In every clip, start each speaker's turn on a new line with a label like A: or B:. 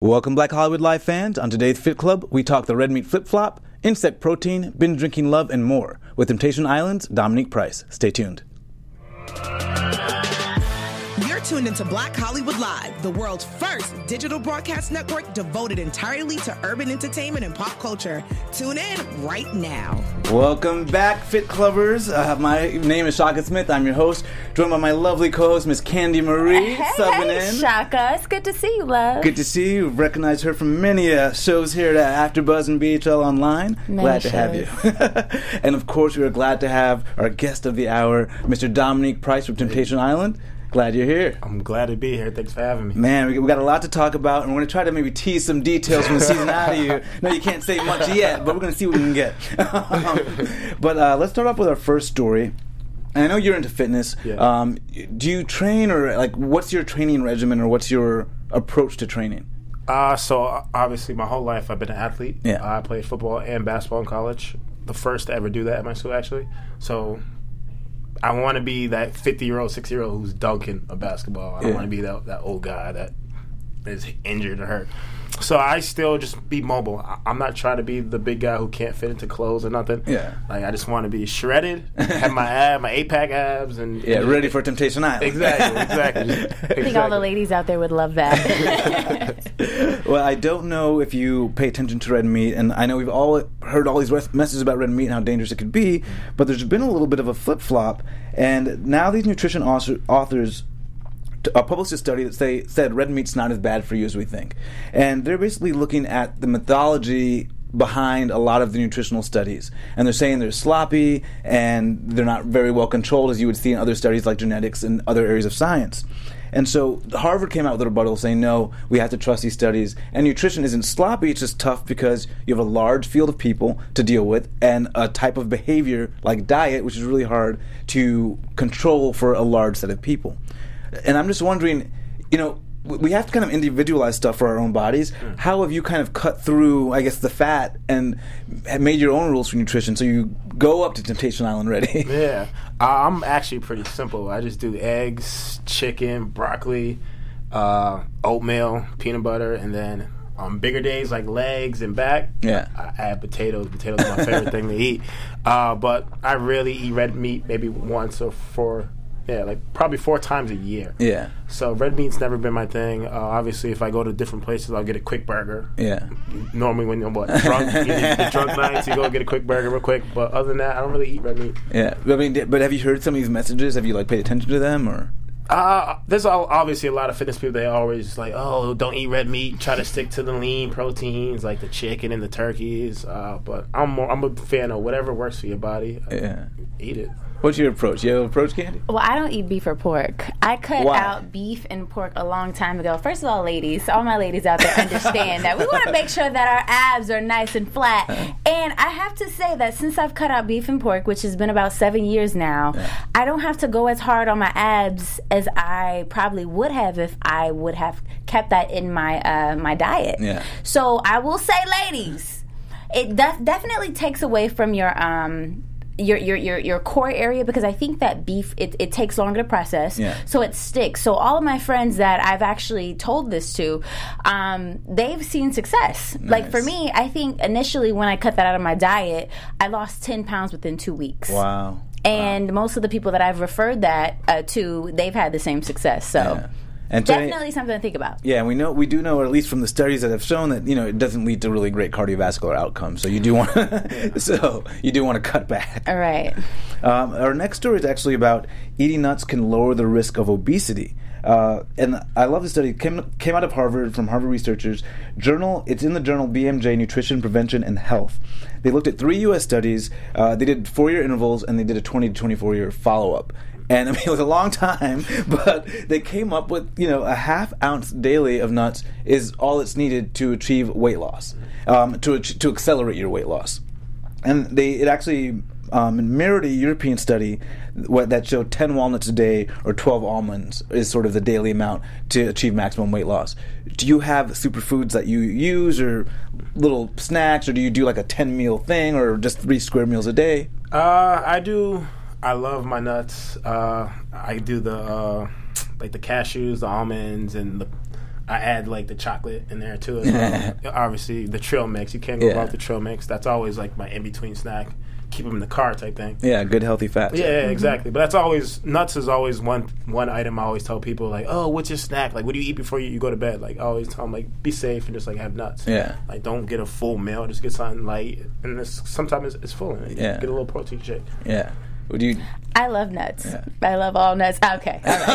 A: Welcome, Black Hollywood Live fans. On today's Fit Club, we talk the red meat flip flop, insect protein, binge drinking love, and more with Temptation Island's Dominique Price. Stay tuned.
B: You're tuned into Black Hollywood Live, the world's first digital broadcast network devoted entirely to urban entertainment and pop culture. Tune in right now.
A: Welcome back, Fit Clubbers. Uh, my name is Shaka Smith. I'm your host, joined by my lovely co host, Miss Candy Marie.
C: Hey,
A: subbing
C: hey,
A: in.
C: Shaka. It's good to see you, love.
A: Good to see you. Recognize her from many uh, shows here at After Buzz and BHL Online.
C: Many
A: glad to have you. and of course, we are glad to have our guest of the hour, Mr. Dominique Price from Temptation Island. Glad you're here.
D: I'm glad to be here. Thanks for having me.
A: Man, we, we got a lot to talk about, and we're going to try to maybe tease some details from the season out of you. No, you can't say much yet, but we're going to see what we can get. but uh, let's start off with our first story. And I know you're into fitness.
D: Yeah.
A: Um, do you train, or like, what's your training regimen, or what's your approach to training?
D: Uh, so uh, obviously, my whole life I've been an athlete.
A: Yeah.
D: I played football and basketball in college. The first to ever do that at my school, actually. So I want to be that 50 year old, 60 year old who's dunking a basketball. I don't
A: Yeah.
D: want to be that, that old guy that is injured or hurt. So I still just be mobile. I, I'm not trying to be the big guy who can't fit into clothes or nothing.
A: Yeah.
D: Like I just want to be shredded, have my ab, my eight pack abs, and
A: Yeah, ready for Temptation Island.
D: Exactly, exactly.
C: I think all the ladies out there would love that.
A: Well, I don't know if you pay attention to red meat, and I know we've all heard all these res- messages about red meat and how dangerous it could be, but there's been a little bit of a flip flop, and now these nutrition author- authors t- uh, published a study that say said red meat's not as bad for you as we think, and they're basically looking at the mythology behind a lot of the nutritional studies, and they're saying they're sloppy and they're not very well controlled as you would see in other studies like genetics and other areas of science. And so Harvard came out with a rebuttal saying, no, we have to trust these studies. And nutrition isn't sloppy, it's just tough because you have a large field of people to deal with and a type of behavior like diet, which is really hard to control for a large set of people. And I'm just wondering, you know, w- we have to kind of individualize stuff for our own bodies. How have you kind of cut through, I guess, the fat and have made your own rules for nutrition so you go up to Temptation Island ready?
D: Yeah, I- I'm actually pretty simple. I just do eggs, chicken, broccoli, uh, oatmeal, peanut butter, and then on bigger days like legs and back,
A: Yeah.
D: I add potatoes. Potatoes are my favorite thing to eat. Uh, but I really eat red meat maybe once or four, yeah, like probably four times a year.
A: yeah.
D: So red meat's never been my thing. Uh, obviously, if I go to different places, I'll get a quick burger.
A: Yeah.
D: Normally, when you're what drunk, you get the drunk nights, you go get a quick burger real quick. But other than that, I don't really eat red meat.
A: Yeah, but I mean, d- but have you heard some of these messages? Have you like paid attention to them or?
D: Uh, there's al- obviously a lot of fitness people. They always like, oh, don't eat red meat. Try to stick to the lean proteins like the chicken and the turkeys. Uh, but I'm more, I'm a fan of whatever works for your body. Uh,
A: Yeah.
D: Eat it.
A: What's your approach? You have an approach, Candy?
C: well, I don't eat beef or pork. I cut
A: Why?
C: out beef and pork a long time ago. First of all, ladies, all my ladies out there understand that we want to make sure that our abs are nice and flat.
A: Uh-huh.
C: And I have to say that since I've cut out beef and pork, which has been about seven years now, I don't have to go as hard on my abs as I probably would have if I would have kept that in my uh, my diet.
A: Yeah.
C: So I will say, ladies, it def- definitely takes away from your um your, your your your core area because I think that beef it, it takes longer to process,
A: Yeah.
C: so it sticks. So all of my friends that I've actually told this to, um, they've seen success. Like for
A: Nice.
C: me, I think initially when I cut that out of my diet, I lost ten pounds within two weeks.
A: Wow.
C: And most of the people that I've referred that uh, to, they've had the same success. So
A: Yeah. And to any-
C: definitely something to think about.
A: yeah, we know we do know, or at least from the studies that have shown that you know it doesn't lead to really great cardiovascular outcomes. So you do want, so you do want to cut back.
C: All right.
A: Um, our next story is actually about eating nuts can lower the risk of obesity. Uh, and I love this study. It came, came out of Harvard from Harvard researchers. Journal. It's in the journal BMJ Nutrition Prevention and Health. They looked at three U.S. studies. Uh, they did four-year intervals and they did a 20 to 24-year follow-up. And I mean, it was a long time, but they came up with you know a half ounce daily of nuts is all it's needed to achieve weight loss, um, to ach- to accelerate your weight loss and they it actually um, mirrored a European study what, that showed 10 walnuts a day or 12 almonds is sort of the daily amount to achieve maximum weight loss. Do you have superfoods that you use or little snacks or do you do like a 10 meal thing or just three square meals a day?
D: Uh, I do. I love my nuts. Uh, I do the uh, like the cashews, the almonds, and the I add like the chocolate in there too. As well. Obviously, the trail mix. You can't go
A: Yeah.
D: wrong with the trail mix. That's always like my in between snack. Keep them in the car type thing.
A: Yeah, good healthy fats.
D: Yeah, yeah, exactly. But that's always nuts is always one one item I always tell people like, oh, what's your snack? Like, what do you eat before you, you go to bed? Like, I always tell them like, be safe and just like have nuts.
A: Yeah.
D: Like, don't get a full meal. Just get something light. And it's, sometimes it's, it's full. In it.
A: Yeah.
D: Get a little protein shake.
A: Yeah. Would you?
C: I love nuts. I love all nuts. Okay. All right.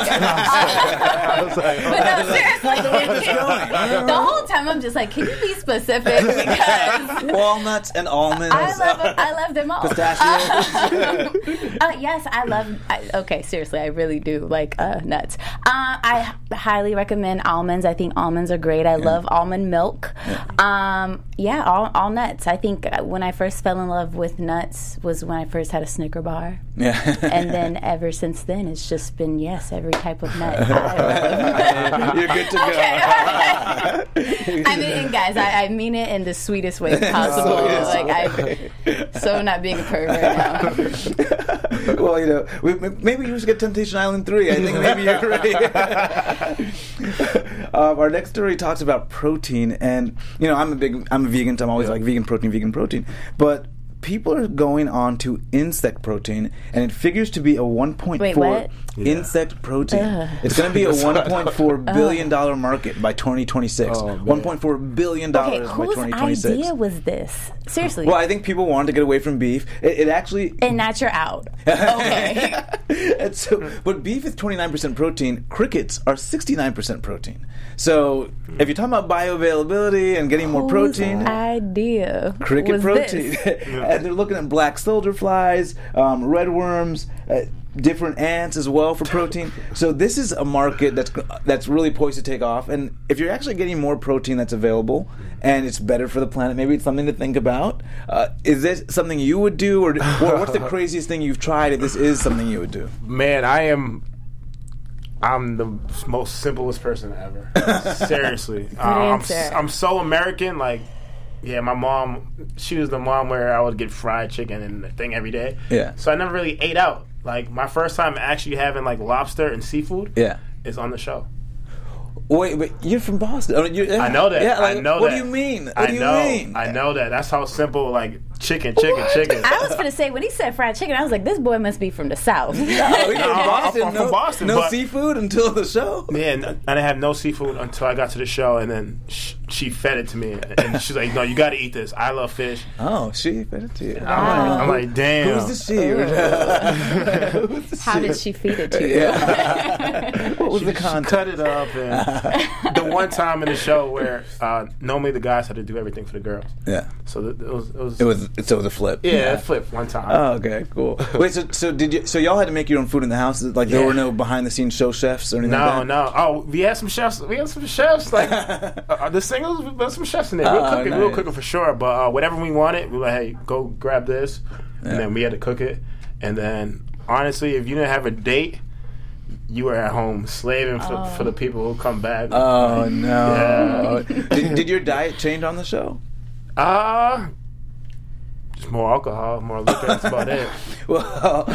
D: oh,
C: but no, seriously. the whole time I'm just like, can you be specific? Because
A: Walnuts and almonds.
C: I love, I love them all.
A: pistachios.
C: Uh, yes, I love. I, okay, seriously, I really do like uh, nuts. Uh, I h- highly recommend almonds. I think almonds are great. I love almond milk. Um, yeah, all, all nuts. I think uh, when I first fell in love with nuts was when I first had a Snicker bar,
A: yeah.
C: and then ever since then, it's just been yes, every type of nut. I love.
A: You're good to go.
C: I mean, it, guys, I, I mean it in the sweetest way possible. like I, so not being a pervert. Now.
A: well, you know, we, m- maybe you should get Temptation Island 3. I think maybe you're right. um, our next story talks about protein. And, you know, I'm a big, I'm a vegan, so I'm always like vegan protein, vegan protein. But people are going on to insect protein, and it figures to be a 1.4
C: Wait, what?
A: insect protein. It's going to be a $1.4 billion dollar market by 2026. $1.4 billion dollars by
C: Okay, whose
A: 2026.
C: idea was this? Seriously.
A: Well, I think people wanted to get away from beef. It, it actually
C: and not your out. Okay.
A: and so, but beef is 29% protein. Crickets are 69% protein. So if you're talking about bioavailability and getting more protein,
C: Whose idea.
A: cricket
C: was
A: protein.
C: this?
A: and they're looking at black soldier flies, um, red worms, uh, different ants as well for protein. so this is a market that's that's really poised to take off. And if you're actually getting more protein that's available and it's better for the planet, maybe it's something to think about. Uh, is this something you would do, or, or what's the craziest thing you've tried? If this is something you would do,
D: Man, I am. I'm the most simplest person ever. Seriously, uh, I'm, s-
C: answer.
D: I'm so American. Like, yeah, my mom. She was the mom where I would get fried chicken and the thing every day.
A: Yeah.
D: So I never really ate out. Like my first time actually having like lobster and seafood.
A: yeah.
D: Is on the show.
A: Wait, but you're from Boston. Oh, you-
D: I know that.
A: Yeah, like,
D: I know
A: what
D: that.
A: do you mean? What
D: I
A: do you
D: know.
A: mean?
D: I know that. That's how simple. Like chicken, chicken, chicken.
C: I was gonna say when he said fried chicken, I was like, this boy must be from the south.
A: Oh, you're from
D: I'm- I'm
A: Boston.
D: from
A: no,
D: Boston,
A: no
D: but-
A: seafood until the show.
D: Yeah, and I didn't have no seafood until I got to the show, and then sh- she fed it to me, and she's like, "No, you got to eat this. I love fish."
A: Oh, she fed it to you.
D: I'm, like, I'm like, "Damn."
A: Who's the she? Who's the
C: Oh. How
A: she?
C: did she feed it to you?
A: Yeah. what was the
D: She
A: content?
D: cut it up, and the one time in the show where uh, normally the guys had to do everything for the girls,
A: Yeah,
D: so th- it was, it was,
A: it was. So it was a flip.
D: yeah, it flipped one time.
A: Oh, okay, cool. Wait, so so did you? So y'all had to make your own food in the house? Like there
D: Yeah.
A: were no behind the scenes show chefs or anything? like
D: no,
A: that?
D: no. Oh, we had some chefs. We had some chefs. Like uh, uh, the singles, we had some chefs in there. We were
A: Oh,
D: cooking, we were
A: nice.
D: cooking for sure. But uh, whatever we wanted, we were like, hey, go grab this, and then we had to cook it. And then honestly, if you didn't have a date, you were at home slaving for, for the people who come back.
A: Oh no!
D: Yeah.
A: did, did your diet change on the show?
D: Uh, just more alcohol, more liquor. That's about it.
A: Well,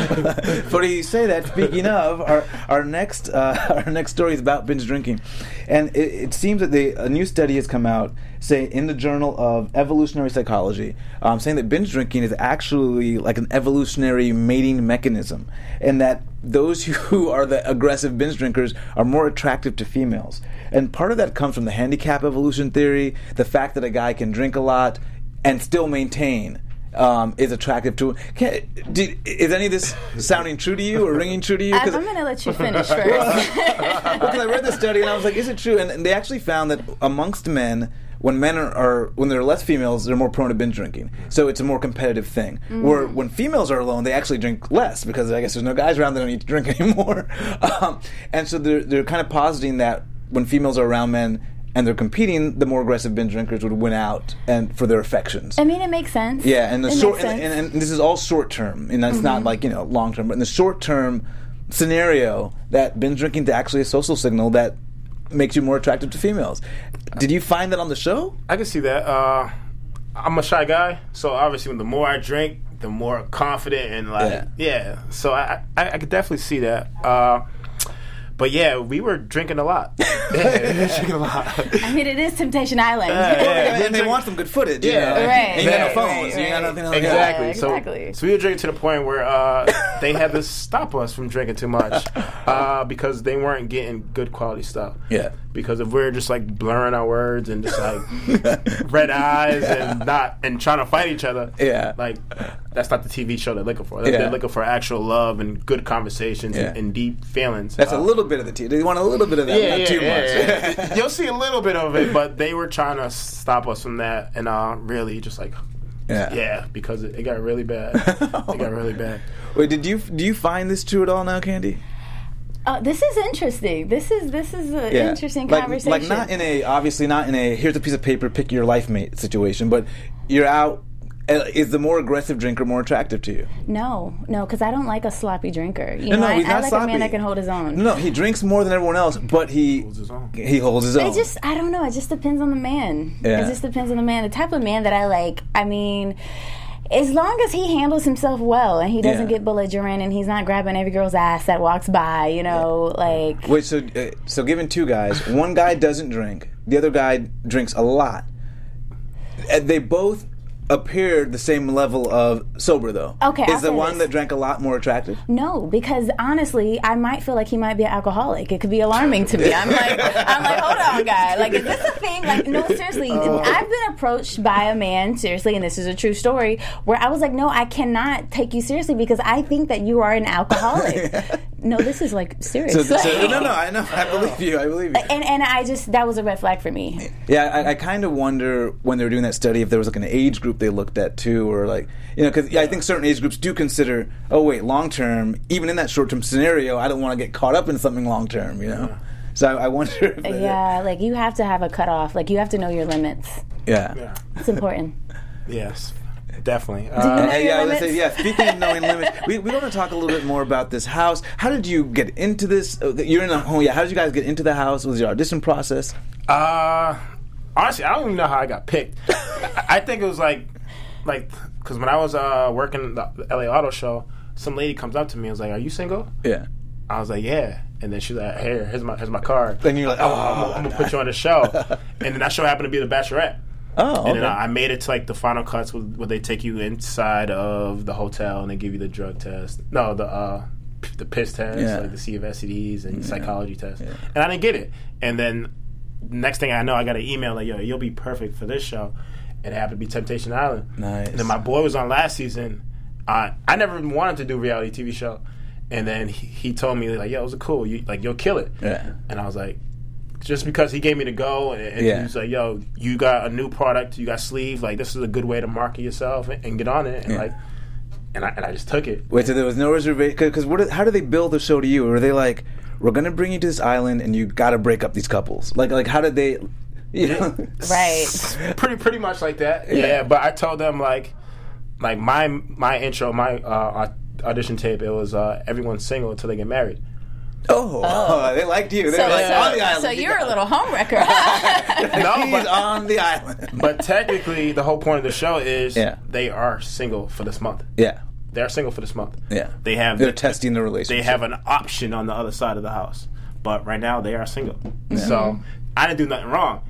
A: funny you say that. Speaking of, our our next uh, our next story is about binge drinking, and it, it seems that they, a new study has come out, say in the Journal of Evolutionary Psychology, um, saying that binge drinking is actually like an evolutionary mating mechanism, and that those who are the aggressive binge drinkers are more attractive to females. And part of that comes from the handicap evolution theory, the fact that a guy can drink a lot and still maintain um, is attractive to. Can, did, is any of this sounding true to you or ringing true to you?
C: I, I'm
A: 'Cause-
C: gonna let you finish first.
A: because I read the study and I was like, is it true? And, and they actually found that amongst men, when men are, are when there are less females, they're more prone to binge drinking. So it's a more competitive thing. Where when females are alone, they actually drink less because I guess there's no guys around that don't need to drink anymore. Um, and so they're they're kind of positing that when females are around men and they're competing, the more aggressive binge drinkers would win out and for their affections.
C: I mean, it makes sense.
A: Yeah, and the
C: It
A: short
C: makes
A: and,
C: sense. Mm-hmm.
A: and, and this is all short term, and that's not like you know long term. But in the short term scenario, that binge drinking is actually a social signal that makes you more attractive to females. Did you find that on the show?
D: I can see that. Uh, I'm a shy guy, so obviously, the more I drink, the more confident and like, yeah.
A: Yeah.
D: So I, I, I could definitely see that. Uh, But yeah, we were drinking a lot. Yeah, we were drinking a lot.
C: I mean, it is Temptation Island.
D: Oh, yeah.
A: and they want some good footage. you
D: Yeah.
A: know?
D: Right,
A: And you got no
D: right,
A: phones.
C: right,
A: You got
C: right.
A: nothing else.
D: Exactly.
C: Yeah,
D: so,
C: exactly.
D: so we were drinking to the point where uh, they had to stop us from drinking too much uh, because they weren't getting good quality stuff.
A: Yeah.
D: Because if we're just like blurring our words and just like red eyes and not and trying to fight each other,
A: Yeah.
D: like that's not the TV show they're looking for. They're,
A: Yeah.
D: they're looking for actual love and good conversations and,
A: Yeah.
D: and deep feelings.
A: That's
D: Uh,
A: a little bit of the tea. They want a little bit of that,
D: yeah,
A: not
D: yeah,
A: too
D: yeah,
A: much.
D: yeah. You'll see a little bit of it, but they were trying to stop us from that, and uh, really just like,
A: Yeah.
D: yeah, because it, it got really bad. it got really bad.
A: Wait, did you do you find this true at all now, Candy?
C: Oh, this is interesting. This is this is an interesting
A: like,
C: conversation.
A: Like not in a obviously not in a here's a piece of paper, pick your life mate situation, but you're out. uh, Is the more aggressive drinker more attractive to you?
C: no, no, because I don't like a sloppy drinker. You
A: No,
C: know,
A: no,
C: I,
A: he's
C: I
A: not
C: like a
A: sloppy.
C: man that can hold his own.
A: No, he drinks more than everyone else, but he holds
D: his own.
A: He holds his own.
C: It just, I don't know. It just depends on the man.
A: Yeah.
C: It just depends on the man. The type of man that I like, I mean, as long as he handles himself well and he doesn't
A: Yeah.
C: get belligerent and he's not grabbing every girl's ass that walks by, you know, like.
A: Wait, so uh, so given two guys, one guy doesn't drink, the other guy drinks a lot. And they both appear the same level of sober though.
C: Okay,
A: is
C: I'll
A: the
C: say
A: one
C: this.
A: that drank a lot more attractive?
C: No, because honestly, I might feel like he might be an alcoholic. It could be alarming to me. I'm like, I'm like, hold on, guy. Like, is this a thing? Like, no, seriously.
A: Oh.
C: I've been approached by a man, seriously, and this is a true story, where I was like, no, I cannot take you seriously because I think that you are an alcoholic. No, this is like serious.
A: So, so- no, no, I know, I believe you, I believe you.
C: and and I just that was a red flag for me.
A: Yeah, I, I kind of wonder when they were doing that study if there was like an age group they looked at too, or like you know, because I think certain age groups do consider. Oh wait, long term. Even in that short term scenario, I don't want to get caught up in something long term. You know, so I, I wonder. If they-
C: Yeah, like you have to have a cutoff. Like you have to know your limits.
A: yeah.
D: Yeah.
C: It's important.
D: Yes, definitely.
C: you
D: Uh,
C: know
A: Hey,
C: your
A: yeah, let's say,
C: limits?
A: yeah. Speaking of knowing limits, we we want to talk a little bit more about this house. How did you get into this? Uh, You're in a home. Yeah, how did you guys get into the house? Was your audition process?
D: uh, honestly, I don't even know how I got picked. I, I think it was like, like, because when I was uh, working the the LA Auto Show, some lady comes up to me and was like, "Are you single?"
A: Yeah.
D: I was like, "Yeah." And then she's like, "Here, here's my here's my card."
A: Then you're like, oh,
D: I'm, gonna- I'm gonna put you on the show, and then that show happened to be the Bachelorette.
A: oh,
D: And then
A: okay.
D: I I made it to like the final cuts with where they take you inside of the hotel and they give you the drug test. No, the uh p- the piss test,
A: Yeah.
D: like the see of STDs and psychology test. And I didn't get it. And then next thing I know, I got an email like, "Yo, you'll be perfect for this show." It happened to be Temptation Island.
A: Nice.
D: And then my boy was on last season. I I never even wanted to do a reality TV show. And then he, he told me like, "Yo, it was cool. You like you'll kill it."
A: Yeah.
D: And I was like, just because he gave me the go and, and
A: Yeah.
D: he was like, "Yo, you got a new product, you got sleeve. Like this is a good way to market yourself and, and get on it." And
A: Yeah.
D: like, and I, and I just took it.
A: Wait, so there was no reservation? Because what? How do they build the show to you? Were they like, we're gonna bring you to this island and you gotta break up these couples? Like, like how did they? You know?
C: Right.
D: pretty pretty much like that. Yeah. but I told them like, like my my intro, my uh, au- audition tape. It was uh, everyone's single until they get married.
A: Oh, they liked you. They
C: So,
A: were like on the
C: so,
A: island.
C: so you're a little homewrecker.
D: No,
A: He's
D: but,
A: on the island.
D: but technically, the whole point of the show is
A: Yeah.
D: they are single for this month.
A: yeah,
D: They are single for this month.
A: yeah.
D: They have
A: They're testing the relationship.
D: they have an option on the other side of the house. But right now they are single. So I didn't do nothing wrong.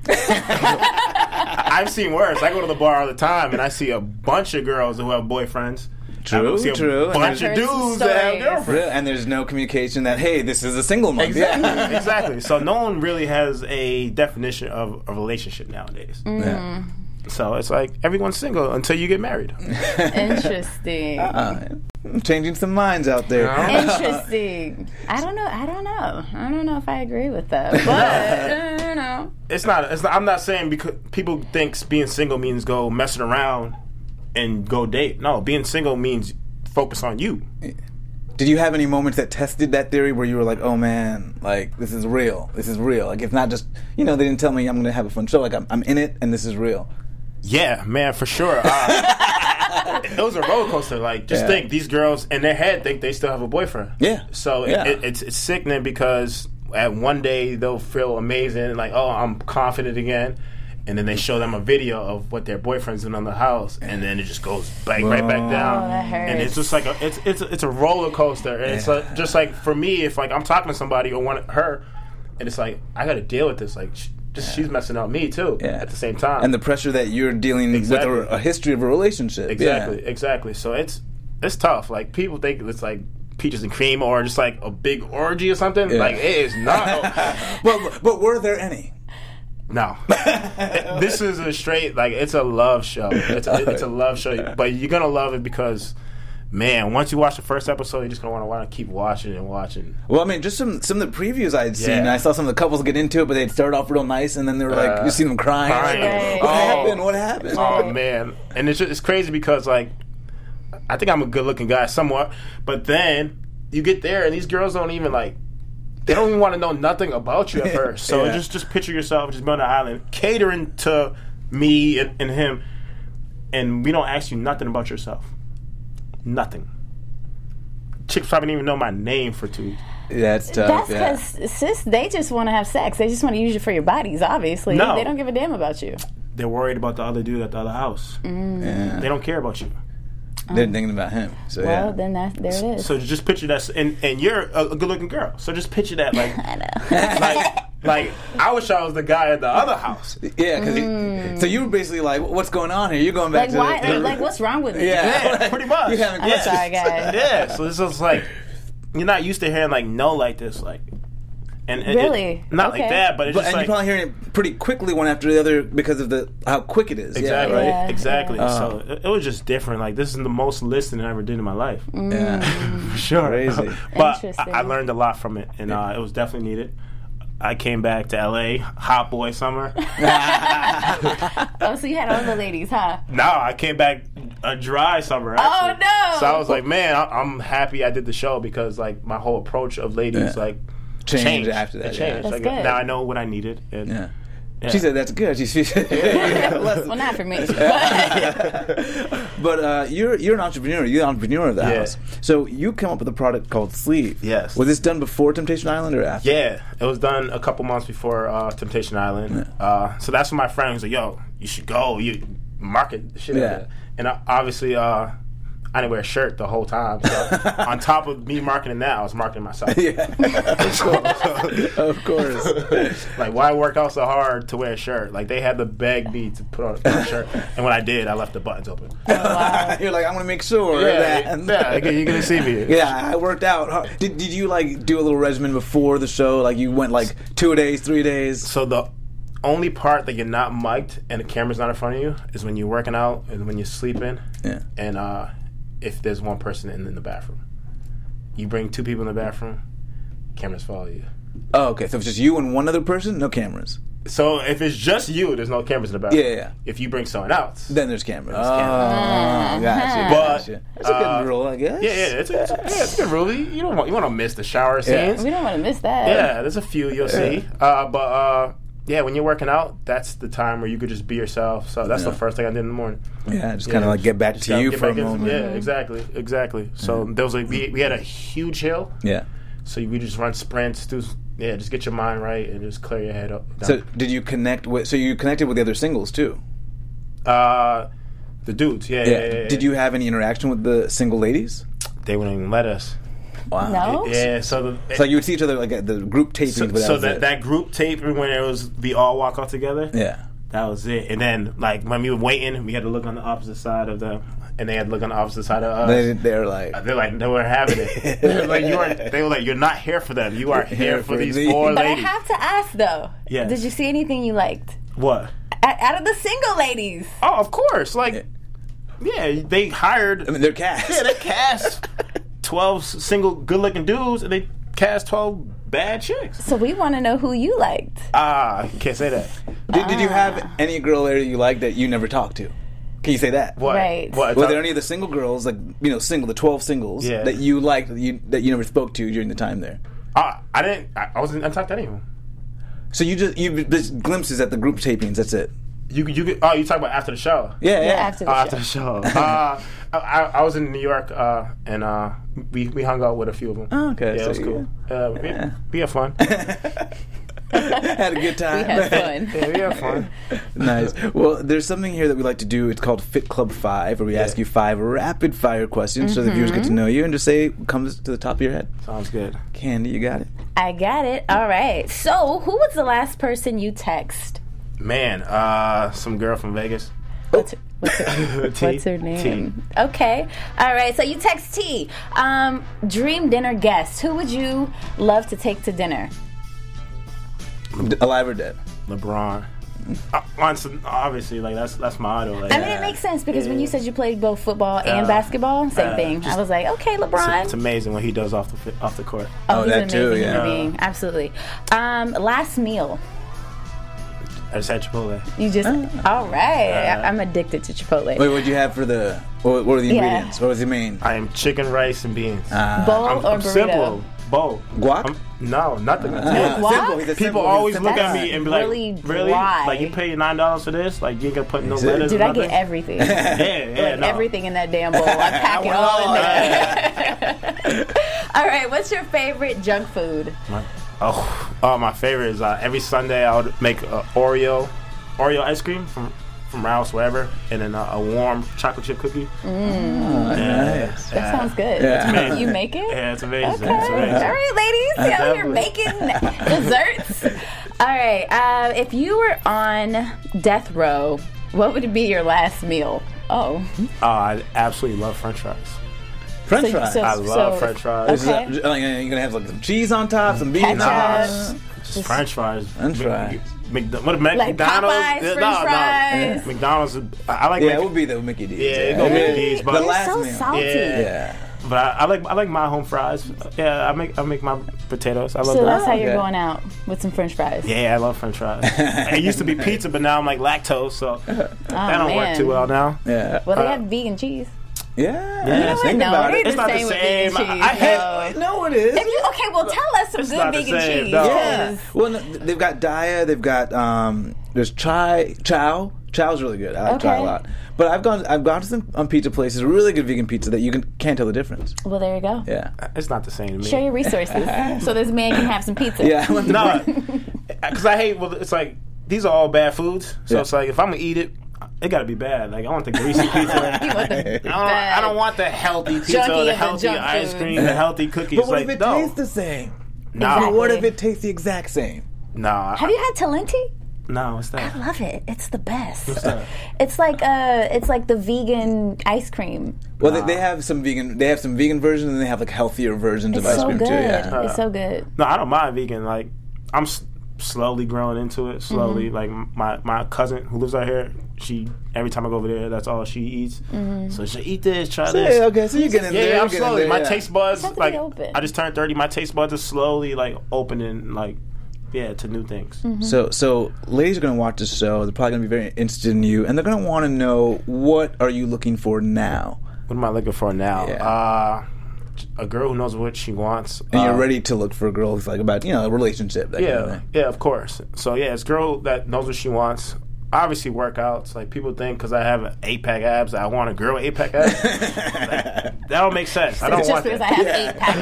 D: I- I've seen worse. I go to the bar all the time and I see a bunch of girls who have boyfriends.
A: True,
D: I see a
A: true. And
D: bunch of
A: there's-
D: dudes that have
C: Stories.
D: girlfriends.
A: Really? and there's no communication that hey, this is a single month.
D: Exactly.
A: Yeah.
D: exactly. So no one really has a definition of a relationship nowadays.
C: Mm-hmm.
A: Yeah.
D: So it's like everyone's single until you get married.
C: Interesting.
A: Uh, changing some minds out there.
C: Interesting. I don't know. I don't know. I don't know if I agree with that. But you know,
D: it's not. It's not I'm not saying because people thinks being single means go messing around and go date. No, being single means focus on you.
A: Did you have any moments that tested that theory where you were like, oh man, like this is real, this is real. Like it's not just you know they didn't tell me I'm gonna have a fun show. Like I'm, I'm in it and this is real.
D: Yeah, man, for sure. Uh, it was a roller coaster. Like, just
A: Yeah.
D: think these girls in their head think they still have a boyfriend.
A: Yeah.
D: So it-
A: Yeah.
D: It, it's it's sickening because at one day they'll feel amazing, like oh I'm confident again, and then they show them a video of what their boyfriend's doing on the house, and then it just goes back right back down,
C: Oh, that hurts.
D: and it's just like a it's it's it's a roller coaster, and it's like, just like for me, if like I'm talking to somebody or one her, and it's like I got to deal with this, like sh- just she's messing up me too
A: Yeah.
D: at the same time,
A: and the pressure that you're dealing
D: Exactly.
A: with a, a history of a relationship.
D: Exactly,
A: Yeah.
D: exactly. So it's it's tough. Like people think it's like peaches and cream or just like a big orgy or something. Like it is not.
A: But but were there any?
D: no, It- this is a straight like it's a love show. It's a, it's a love show, but you're gonna love it because. Man, once you watch the first episode, you're just gonna want to keep watching and watching.
A: Well, I mean, just some some of the previews I'd seen.
D: Yeah.
A: I saw some of the couples get into it, but they'd start off real nice, and then they were like,
D: Uh,
A: you see them crying.
D: crying.
A: Like, what
D: Oh.
A: happened? What happened?
D: Oh man, and it's just, it's crazy because like I think I'm a good looking guy somewhat, but then you get there and these girls don't even like they don't even want to know nothing about you at first. So
A: Yeah.
D: just just picture yourself just be on an island catering to me and, and him, and we don't ask you nothing about yourself, nothing. Chicks probably didn't even know my name for two weeks.
A: That's tough.
C: That's
A: yeah.
C: because sis, they just want to have sex. They just want to use you for your bodies. Obviously,
D: No.
C: they don't give a damn about you.
D: They're worried about the other dude at the other house.
A: Yeah.
D: They don't care about you.
A: They're thinking about him. So
C: um, Well,
A: yeah.
C: then that there it is.
D: So just picture that, and and you're a, a good looking girl. So just picture that, like
C: I know.
D: like, like I wish I was the guy at the other house.
A: Yeah, because so you were basically like, "What's going on here? You're going back
C: Mm. like
A: to
C: why?
A: the,
C: Like, like what's wrong with me?
A: yeah,
D: pretty much.
A: You haven't
C: I'm
A: yeah.
C: sorry, guys.
D: Yeah, so it's just like you're not used to hearing like no like this, like and, and it-
C: Really?
D: not
C: Okay.
D: like that, but it's
A: But,
D: just
A: and
D: like
A: you're probably hearing it pretty quickly one after the other because of the how quick it is.
D: exactly,
A: Yeah, right?
C: Yeah.
D: exactly.
A: Uh.
D: so it, it was just different. Like this is the most listening I ever did in my life,
A: Yeah.
D: for sure.
A: Crazy.
D: but I,
C: Mm. Interesting.
D: I learned a lot from it, and uh, it was definitely needed. I came back to LA, hot boy summer.
C: Oh, so you had all the ladies, huh?
D: No, I came back a dry summer.
C: Oh,
D: actually.
C: no.
D: So I was like, man, I- I'm happy I did the show because like my whole approach of ladies
A: Yeah.
D: like
A: Change
D: changed
A: after that.
D: It
A: yeah.
D: changed.
C: That's
D: Like,
C: good.
D: Now I know what I needed. And
A: Yeah.
D: yeah.
A: She said that's good. She, she
C: well, not for me. But
A: but uh, you're you're an entrepreneur. You're the entrepreneur of the
D: Yeah.
A: house. So you come up with a product called Sleeve.
D: Yes.
A: Was this done before Temptation Island or after?
D: Yeah, it was done a couple months before uh, Temptation Island. Uh, so that's when my friend was like, "Yo, you should go. You market the shit out
A: Yeah.
D: of that." And I, obviously, uh, I didn't wear a shirt the whole time. So on top of me marketing that, I was marketing myself.
A: of course.
D: Like, why work out so hard to wear a shirt? Like, they had to beg me to put on a shirt, and when I did, I left the buttons open.
A: you're like, I'm gonna make sure
D: Yeah,
A: that.
D: yeah, like, you're gonna see me.
A: Yeah, I worked out. hard. Did, did you like do a little regimen before the show? Like you went like two days, three days.
D: So the only part that you're not mic'd and the camera's not in front of you is when you're working out and when you're sleeping,
A: Yeah.
D: and uh, if there's one person in, in the bathroom, you bring two people in the bathroom, cameras follow you.
A: Oh, okay. So it's just you and one other person, no cameras.
D: So if it's just you, there's no cameras in the bathroom.
A: Yeah, yeah, yeah.
D: If you bring someone else,
A: Then there's cameras. Oh,
D: cameras.
A: gotcha.
D: But,
A: gotcha. That's a good
D: uh,
A: rule, I guess.
D: Ah. yeah, yeah, it's a, it's a, yeah, it's a good rule. You you don't want you want to miss the shower
A: Yeah.
D: scenes.
C: we don't want to miss that.
D: Yeah, there's a few you'll see. Uh, but uh, yeah, when you're working out, that's the time where you could just be yourself. So that's the
A: Yeah.
D: first thing I did in the morning.
A: Yeah, just kind of
D: Yeah.
A: like get back
D: Just
A: to
D: gotta
A: you
D: get
A: for a
D: back into-
A: moment.
D: Yeah, exactly, exactly. So there was a we, we had a huge hill,
A: Yeah.
D: so you would just run sprints. Do yeah, just get your mind right and just clear your head up.
A: So did you connect with? So you connected with the other singles too.
D: uh, the dudes, yeah, yeah. yeah, yeah.
A: Did you have any interaction with the single ladies?
D: They wouldn't even let us.
A: Wow.
C: No?
D: Yeah, so the,
A: So you would see each other like at the group taping.
D: so,
A: but that
D: so
A: was
D: that,
A: it.
D: that group tape when it was we all walk out together.
A: Yeah.
D: That was it. And then, like, when we were waiting, we had to look on the opposite side of them, and they had to look on the opposite side of us.
A: They, they're like.
D: They're like, they were having it. They were like, you are, they were like, you're not here for them. You are here, for, these four
C: But
D: ladies.
C: I have to ask though.
D: Yes.
C: Did you see anything you liked
D: what?
C: O- out of the single ladies?
D: Oh, of course. Like, yeah, they hired,
A: I mean, they're cast.
D: yeah, they cast 12 single good looking dudes, and they cast 12 bad chicks.
C: So we want to know who you liked.
D: Ah, I can't say that.
A: Did, did you have any girl there you liked that you never talked to? Can you say that?
D: What?
C: Right.
D: What?
A: Were there any of the single girls, like you know, single the twelve singles
D: Yeah.
A: that you liked that you that you never spoke to during the time there?
D: Ah, I didn't, I, I wasn't, I talked to anyone.
A: So you just you just glimpses at the group tapings. That's it.
D: You, you, could- oh, you talking about after the show?
A: Yeah, yeah.
C: After the
D: Oh,
C: show.
D: after the show. uh, I, I I was in New York uh, and uh, we, we hung out with a few of them.
A: Oh, okay,
D: Yeah,
A: so
D: it was
A: you-
D: cool. Uh, we, we had fun.
A: Had a good time.
C: We had fun.
D: Yeah, we have fun.
A: nice. Well, there's something here that we like to do. It's called Fit Club Five, where we ask you five rapid fire questions so the viewers
C: Mm-hmm.
A: get to know you and just say what comes to the top of your head.
D: Sounds good.
A: Candy, you got it.
C: I got it. All right. So, who was the last person you text?
D: Man, uh, some girl from Vegas.
C: What's her, what's her,
D: T-
C: what's her
D: T.
C: name? Okay. All right. So, you text T. Um, dream dinner guest. Who would you love to take to dinner?
A: D- alive or dead?
D: LeBron. Uh, honestly, obviously, like that's that's my idol. Like,
C: I mean, it makes sense because when you said you played both football and
D: Uh,
C: basketball, same
D: uh,
C: thing. I
D: just-
C: was like, okay, LeBron.
D: it's, it's amazing what he does off the fi- off the court.
A: Oh,
C: he's
A: that
C: an
A: too,
C: amazing
A: yeah.
C: human being. Absolutely. Um, last meal.
D: I just had Chipotle.
C: You just all right.
D: Oh.
C: I,
D: Uh,
C: I'm addicted to Chipotle.
A: Wait, what'd you have for the? What, what were the
C: Yeah.
A: ingredients? What was the main?
D: I am chicken, rice, and beans.
C: Bowl
D: I'm,
C: or
D: I'm
C: burrito?
D: simple. Bowl.
A: Uh, Guac? Uh,
D: I'm- no, nothing.
C: Yeah. Guac?
A: Simple, he's a
C: People
A: simple,
D: People
A: he's a
D: always
A: simple
D: look at
A: guy.
D: me and be like,
C: really
D: "Really?
C: dry.
D: Like you pay nine dollars for this? Like you ain't gonna put no
A: Is it?
D: lettuce?
C: Dude, I get
D: nothing?"
C: everything.
D: Yeah, yeah,
C: Like,
D: no.
C: Everything in that damn bowl. I pack it all in there. all right. What's your favorite junk food?
D: My- oh, oh, my favorite is uh, every Sunday I would make a Oreo, Oreo ice cream from from Ralph's wherever, and then uh, a warm chocolate chip cookie.
C: Mm.
D: yeah,
A: nice.
C: That
D: Uh, yeah.
C: sounds good.
A: Yeah.
C: You make it?
D: Yeah, it's amazing.
C: Okay.
D: It's amazing.
C: All right, ladies. See how you're
D: Definitely.
C: making desserts. All right. Uh, if you were on death row, what would be your last meal? Oh,
D: Oh, I absolutely love French fries.
A: French
C: So-
A: fries.
C: so-
D: I love
C: So-
D: French
A: This
D: fries.
A: is
C: Okay.
A: a- like, uh, you're gonna have like some cheese on top, some beans.
C: Ketchup.
D: Nah,
A: on
D: it's
A: top.
D: just French fries.
A: French fries.
D: McDonald's. What, Mac-
C: Like
D: McDonald's?
C: Popeyes,
D: Yeah,
C: French fries.
D: McDonald's. is- I I like
A: Yeah,
D: Mac-
A: it would be the Mickey D's.
D: Yeah, it gonna be
A: Yeah.
D: D's, but-
A: the
D: You're
A: last
C: so
A: meal.
C: salty.
D: Yeah.
A: Yeah.
D: but I, I like I like my home fries. Yeah, I make I make my potatoes. I love
C: So
D: that.
C: that's how
A: okay.
C: you're going out with some French fries.
D: Yeah, I love French fries. it used to be pizza, but now I'm like lactose, so
A: Oh,
D: that don't work
C: man.
D: too well now.
A: Yeah.
C: Well, they
D: Uh,
C: have vegan cheese.
A: Yeah.
D: Yeah.
A: Think
C: No,
A: about
C: they
A: it.
C: just-
D: It's not
C: same
D: the
C: with vegan
D: same. I,
C: cheese,
D: I
C: though.
D: hate.
A: No, it is.
C: If you, okay, well, tell us some
D: It's
C: good
D: not the
C: vegan
D: same,
C: cheese.
D: no.
A: Yeah.
C: 'cause-
A: Well, no, they've got Daya. They've got um. There's chai chow. Chow's really good. I like chai
C: Okay.
A: a lot. But I've gone. I've gone to some um, pizza places. Really good vegan pizza that you can can't tell the difference.
C: Well, there you go.
A: Yeah.
D: It's not the same to me.
C: Share your resources so this man can have some pizza.
A: Yeah. I want the
D: No, because I hate. Well, it's like these are all bad foods. So
A: Yeah.
D: it's like if I'm gonna eat it, it gotta be bad. Like I want the greasy pizza.
C: You want the
D: I don't, I don't want the healthy pizza,
C: Junkie
D: the
C: and the
D: healthy
C: junk
D: ice
C: food.
D: cream, the healthy cookies.
A: But what
D: like,
A: if it
D: no,
A: tastes the same?
D: no,
C: Exactly.
A: What if it tastes the exact same?
D: no,
C: Have
D: I-
C: you had Talenti?
D: no. What's that?
C: Love it. It's the best.
D: that?
C: It's like uh, it's like the vegan ice cream.
A: Well, they, they have some vegan. They have some vegan versions, and they have like healthier versions
C: It's
A: of ice
C: so
A: cream
C: good.
A: too. Yeah.
C: It's so good.
D: No, I don't mind vegan. Like I'm s- slowly growing into it. Slowly, like my my cousin who lives out here, she every time I go over there, that's all she eats. So she eat this, try
A: So,
D: this.
A: yeah, okay, so you get in
D: Yeah,
A: there.
D: yeah,
A: you
D: I'm
A: get in
D: slowly.
A: there,
D: my
A: yeah.
D: taste buds,
C: Have to be
D: like
C: open.
D: I just turned 30. My taste buds are slowly like opening, like yeah, to new things.
C: Mm-hmm.
A: So, so ladies are going to watch this show. They're probably going to be very interested in you, and they're going to want to know what are you looking for now,
D: What am I looking for now?
A: Yeah.
D: Uh, a girl who knows what she wants.
A: and you're
D: Uh,
A: ready to look for a girl who's like about you know a relationship. That kind of
D: Yeah,
A: thing.
D: yeah, of course. So yeah, it's a girl that knows what she wants. Obviously, workouts. Like people think because I have eight pack abs, I want a girl with eight pack abs. Like, that don't make sense. I don't
C: Just
D: want
C: because
D: that.
C: I have eight pack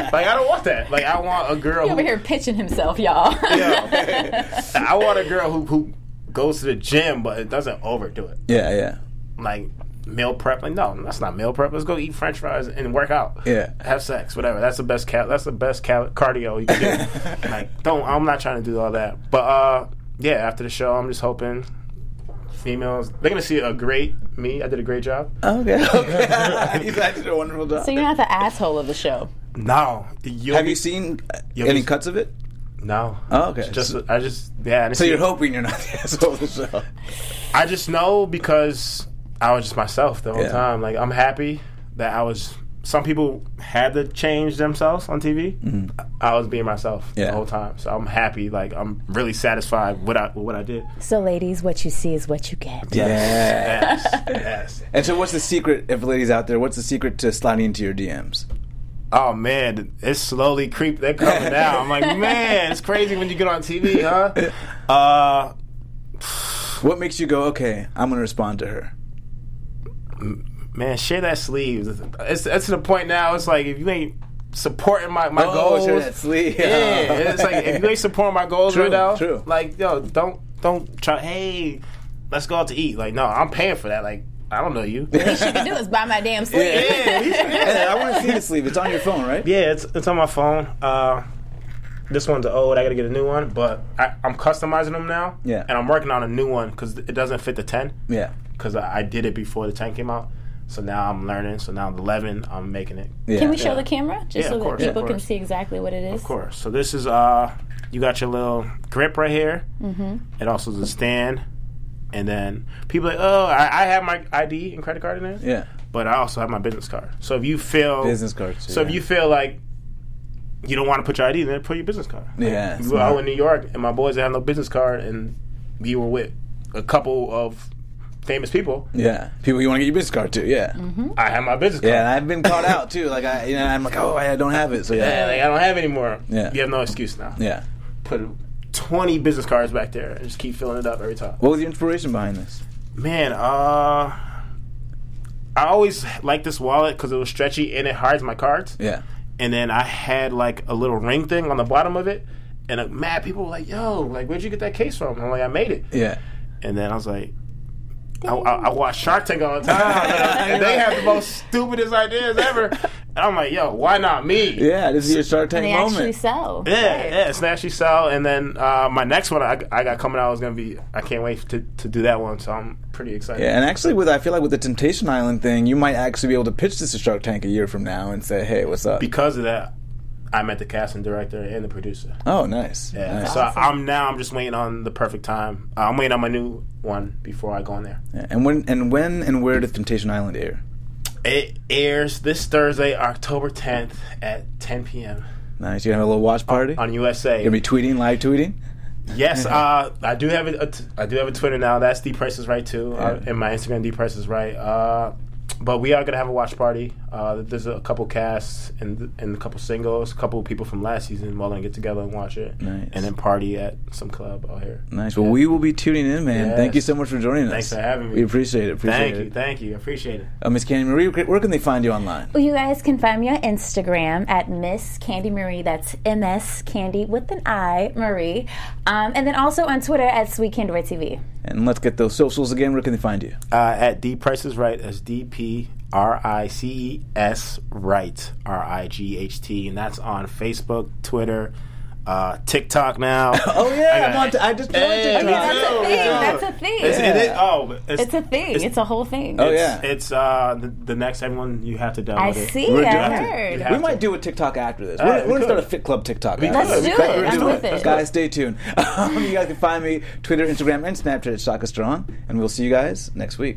C: abs.
D: like I don't want that. Like I want a girl
C: Over
D: who.
C: here pitching himself, y'all.
D: Yeah. I want a girl who who goes to the gym but it doesn't overdo it.
A: yeah, yeah.
D: Like meal prep. Like no, that's not meal prep. Let's go eat French fries and work out.
A: Yeah.
D: Have sex. Whatever. That's the best. Cal- that's the best cal- cardio you can do. like don't. I'm not trying to do all that. But uh, yeah. After the show, I'm just hoping females they're gonna see a great me. I did a great job.
A: Okay, okay. you guys did a wonderful job.
C: so you're not the asshole of the show.
D: no. You'll
A: have
D: be-
A: you seen uh,
D: You'll
A: any
D: be-
A: cuts of it?
D: No.
A: Oh, okay.
D: It's Just I just yeah.
A: So you're hoping you're not the asshole of the show.
D: I just know because I was just myself the whole
A: Yeah.
D: time. Like I'm happy that I was. Some people had to change themselves on TV. I was being myself
A: Mm-hmm. Yeah.
D: the whole time, so I'm happy. Like I'm really satisfied with what I, with what I did.
C: So, ladies, what you see is what you get.
A: Yeah.
D: Yes, yes.
A: And so, what's the secret, if ladies out there, what's the secret to sliding into your DMs?
D: Oh man, it's slowly creep. They're coming down. I'm like, man, it's crazy when you get on TV, huh? Uh,
A: What makes you go, okay, I'm going to respond to her?
D: man, share that sleeve. It's it's to the point now. It's like if you ain't supporting my, my
A: Oh,
D: goals.
A: sure, that sleeve.
D: Yeah, it's like if you ain't supporting my goals
A: True,
D: right now,
A: true.
D: like yo, don't don't try. Hey, let's go out to eat. Like no, I'm paying for that. Like I don't know you. yeah,
C: She could do is buy my damn sleeve.
A: Hey, I want to see the sleeve. It's on your phone, right?
D: it's it's on my phone. Uh, this one's old. I gotta get a new one, but I, I'm customizing them now.
A: Yeah.
D: and I'm working on a new one because it doesn't fit the ten.
A: Yeah.
D: because I, I did it before the ten came out. So now I'm learning. So now the eleven, I'm making it.
A: Yeah.
C: Can we show
D: Yeah.
C: the camera just
D: Yeah,
C: so
D: of course,
C: that
D: yeah,
C: people
D: of
C: can
D: course.
C: see exactly what it is?
D: Of course. So this is uh, you got your little grip right here. Mm-hmm. It also is a stand, and then people like, oh, I, I have my ID and credit card in there.
A: Yeah.
D: But I also have my business card. So if you feel
A: Business cards.
D: so if you feel like you don't want to put your ID in there, put your business card.
A: Yeah.
D: We were out in New York, and my boys didn't have no business card, and we were with a couple of famous people.
A: Yeah. People you want to get your business card to. Yeah.
D: I have my business card.
A: Yeah. And I've been caught out too. Like I, you know, I'm like, oh, I don't have it. So
D: Yeah,
A: yeah.
D: like I don't have any more.
A: Yeah.
D: You have no excuse now.
A: Yeah.
D: Put 20 business cards back there and just keep filling it up every time.
A: What was your inspiration behind this?
D: Man, uh, I always liked this wallet because it was stretchy and it hides my cards.
A: Yeah.
D: And then I had like a little ring thing on the bottom of it. And uh, mad people were like, yo, like, where'd you get that case from? I'm like, I made it.
A: Yeah.
D: And then I was like, I, I, I watch Shark Tank all the time. and they have the most stupidest ideas ever. And I'm like, yo, why not me?
A: Yeah. This is your Shark Tank
C: They actually
A: moment.
C: sell.
D: Yeah, yeah, Snatchy Sal, and then uh, my next one I, I got coming out is gonna be I can't wait to, to do that one, so I'm pretty excited.
A: Yeah, and actually, with I feel like with the Temptation Island thing, you might actually be able to pitch this to Shark Tank a year from now and say, "Hey, what's up?"
D: Because of that, I met the casting director and the producer.
A: oh, nice.
D: Yeah,
A: nice.
D: so I'm now I'm just waiting on the perfect time. Uh, I'm waiting on my new one before I go in there.
A: Yeah, And when and when and where does Temptation Island air?
D: It airs this Thursday, October 10th at 10 p.m.
A: Nice. You gonna have a little watch party.
D: on USA.
A: Gonna be tweeting, live tweeting.
D: Yes, uh, I do have a, a t- I do have a Twitter now. That's the Price is Right too, uh, and my Instagram the Price is Right. Uh, but we are gonna have a watch party. Uh, there's a couple casts and and a couple singles, a couple people from last season. We're all gonna get together and watch it,
A: Nice.
D: and then party at some club out here.
A: Nice. Well, we will be tuning in, man.
D: Yes.
A: Thank you so much for joining us.
D: Thanks for having me.
A: We appreciate it. Appreciate
D: Thank
A: it.
D: you, thank you, appreciate it.
A: Uh, Miss Candy Marie, where can they find you online?
C: Well, you guys can find me on Instagram at Miss Candy Marie. That's M S Candy with an I Marie, um, and then also on Twitter at Sweet Candyboy TV.
A: And let's get those socials again. Where can they find you?
D: Uh, at the Price is Right, that's D P R I C E S Right, R I G H T, and that's on Facebook, Twitter, uh, TikTok now.
A: Oh yeah, I'm on t- I just joined
D: Hey,
A: TikTok.
D: me
C: That's
D: too.
C: a
D: Yeah.
C: thing.
D: Yeah.
C: That's a thing. It's,
D: It's, it is, oh, it's,
C: a thing. It's, a whole thing.
A: Oh, yeah.
D: It's, it's uh, the, the next everyone you have to download.
C: I
D: it.
C: see.
A: We're
C: I
A: doing it.
C: heard.
D: We have-
A: We might do a TikTok after this.
D: right,
A: We're,
D: we
A: we're gonna start a
D: could.
A: Fit Club TikTok.
D: We
A: after
D: could.
A: this.
D: Let's
C: do
A: We're
C: it.
A: doing
C: I'm with it.
A: Guys, stay tuned. Um, you guys can find me Twitter, Instagram, and Snapchat at Shaka Strong, and we'll see you guys next week.